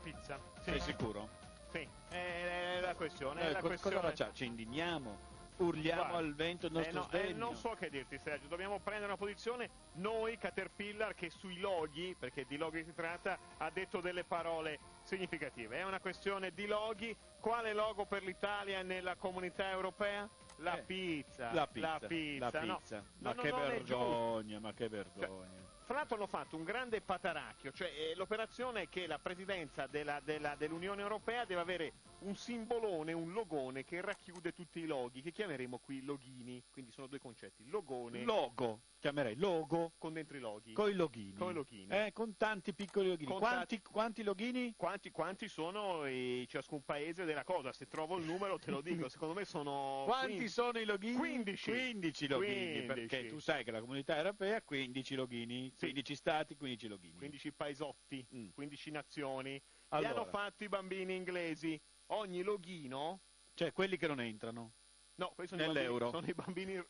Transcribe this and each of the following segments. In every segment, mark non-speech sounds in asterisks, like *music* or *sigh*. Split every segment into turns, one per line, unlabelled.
pizza.
Sei sicuro?
Sì, è la questione. è
Eh,
la
co-
questione.
Cosa facciamo? Ci indigniamo? Urliamo
Guarda,
al vento il nostro
eh, no, eh,
sdegno?
non so che dirti Sergio, dobbiamo prendere una posizione noi Caterpillar che sui loghi, perché di loghi si tratta, ha detto delle parole significative. È una questione di loghi, quale logo per l'Italia nella comunità europea? La
Eh,
pizza,
La pizza,
la pizza, no.
pizza.
No,
Ma
no,
che
non è giusto.
vergogna, ma che vergogna.
Fra l'altro hanno fatto un grande pataracchio, cioè eh, l'operazione è che la presidenza della- della- dell'Unione Europea deve avere un simbolone, un logone che racchiude tutti i loghi, che chiameremo qui loghini, quindi sono due concetti, logone
Logo, chiamerei logo
con dentro i loghi.
coi loghini.
Coi loghini.
Eh, con tanti piccoli loghini.
Con
quanti, quanti loghini?
Quanti, quanti sono i, ciascun paese della cosa? Se trovo il numero te lo
*laughs*
dico, secondo me sono...
Quanti
15.
sono i loghini?
15.
15 loghini,
15.
perché tu sai che la comunità europea ha 15 loghini, 15 stati, 15 loghini.
15 paesotti,
Mm.
15 nazioni.
Allora.
Li hanno fatti i bambini inglesi. Ogni loghino
Cioè quelli che non entrano.
No, questi sono
Nell'euro.
i bambini, sono i bambini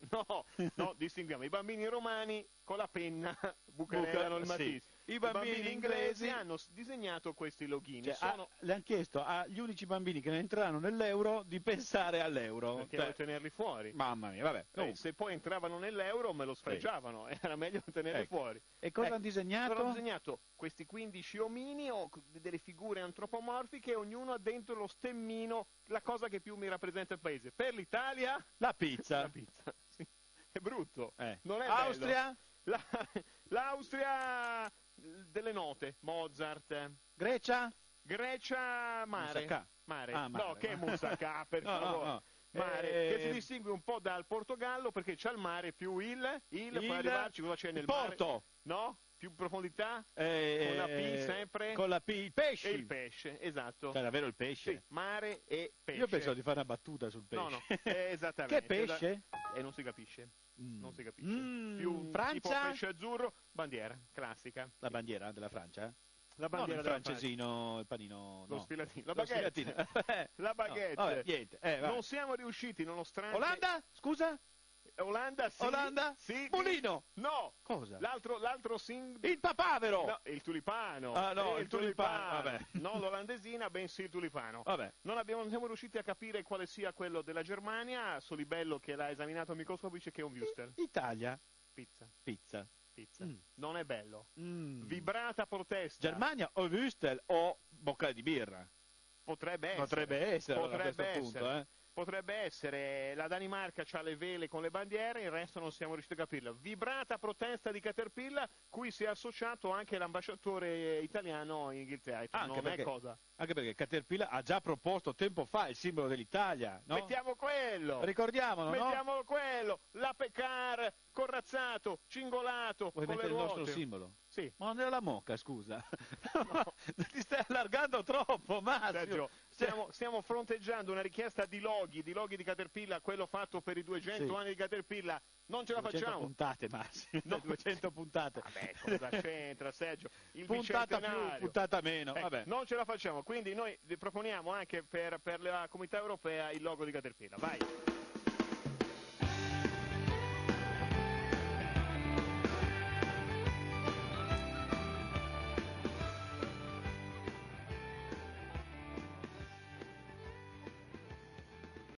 no,
*laughs*
no, distinguiamo i bambini romani con la penna *laughs* bucherellano il
Buca- sì.
matisse.
I bambini inglesi
hanno s- disegnato questi loghini.
Cioè,
sono
ah, le hanno chiesto agli unici bambini che non entreranno nell'euro di pensare all'euro.
perché
Cioè,
voglio tenerli fuori.
Mamma mia, vabbè.
Eh,
comunque.
se poi entravano nell'euro me lo sfregiavano, *laughs* era meglio tenerli
Ecco.
fuori.
E cosa
Ecco,
hanno disegnato?
Hanno disegnato questi 15 omini o c- delle figure antropomorfiche e ognuno ha dentro lo stemmino, la cosa che più mi rappresenta il paese. Per l'Italia
La pizza.
*laughs* la pizza. Sì. È brutto.
Eh.
Non è bello.
Austria?
La- L'Austria delle note, Mozart.
Grecia?
Grecia mare.
Moussaka.
Mare.
Ah, mare.
No,
*laughs*
che Moussaka, per
No, no,
favore.
no.
Mare,
Eh,
che si distingue un po' dal Portogallo perché c'ha il mare più il, il,
Il-
per arrivarci cosa c'è nel
il porto.
mare? No? Più profondità?
Eh,
Con la P
eh,
sempre?
Con la P, il pesce.
E il pesce, esatto.
Cioè, davvero il pesce?
Sì, mare e pesce.
Io pensavo di fare una battuta sul pesce.
No, no,
*laughs*
eh, esattamente.
Che pesce?
E non si capisce.
Mm.
Non si capisce.
Mm,
Più tipo
Francia?
pesce azzurro, bandiera, classica.
La bandiera della Francia? eh?
La bandiera
no, non
della
il francesino, il panino...
Lo
no.
sfilatino.
Lo
La baguette.
sfilatino.
*laughs* La baguette.
No, vabbè, niente. Eh, vabbè.
Non siamo riusciti, nonostante...
Olanda? Scusa?
Olanda, sì.
Olanda?
Sì.
Mulino?
No.
Cosa?
L'altro, l'altro sing...
Il papavero!
No, il tulipano.
Ah, no,
Eh,
il tulipano, vabbè. Ah.
Non l'olandesina, bensì il tulipano.
Vabbè.
Non, abbiamo, non siamo riusciti a capire quale sia quello della Germania. Solibello, che l'ha esaminato al microscopio, dice che è un Wüster.
Italia?
Pizza,
Pizza.
pizza.
Mm.
Non è bello.
Mm.
Vibrata protesta.
Germania o Wüstel o boccale di birra?
Potrebbe essere.
Potrebbe essere, allora, a
Potrebbe
questo punto,
essere.
eh.
Potrebbe essere. La Danimarca ha le vele con le bandiere, il resto non siamo riusciti a capirlo. Vibrata protesta di Caterpillar, cui si è associato anche l'ambasciatore italiano in Inghilterra.
Anche
non
perché-
è cosa.
Anche perché Caterpillar ha già proposto tempo fa il simbolo dell'Italia, no?
Mettiamo quello!
Ricordiamolo, no?
Mettiamo quello! La Pecar, Corrazzato, Cingolato,
Vuoi
con le
mettere il nostro
ruote.
simbolo?
Sì.
Ma non era la moca, scusa. *laughs* Ti stai allargando troppo, Massimo.
Sergio,
Cioè,
stiamo, stiamo fronteggiando una richiesta di loghi, di loghi di Caterpillar, quello fatto per i 200
Sì.
anni di Caterpillar. Non ce la
200
facciamo.
puntate, Massimo. *laughs*
No.
200 puntate.
Vabbè,
*laughs*
cosa c'entra, Sergio? Il
puntata più,
bicentenario.
puntata meno.
Eh,
Vabbè.
Non ce la facciamo, quindi noi vi proponiamo anche per, per la comunità europea il logo di Caterpillar. Vai.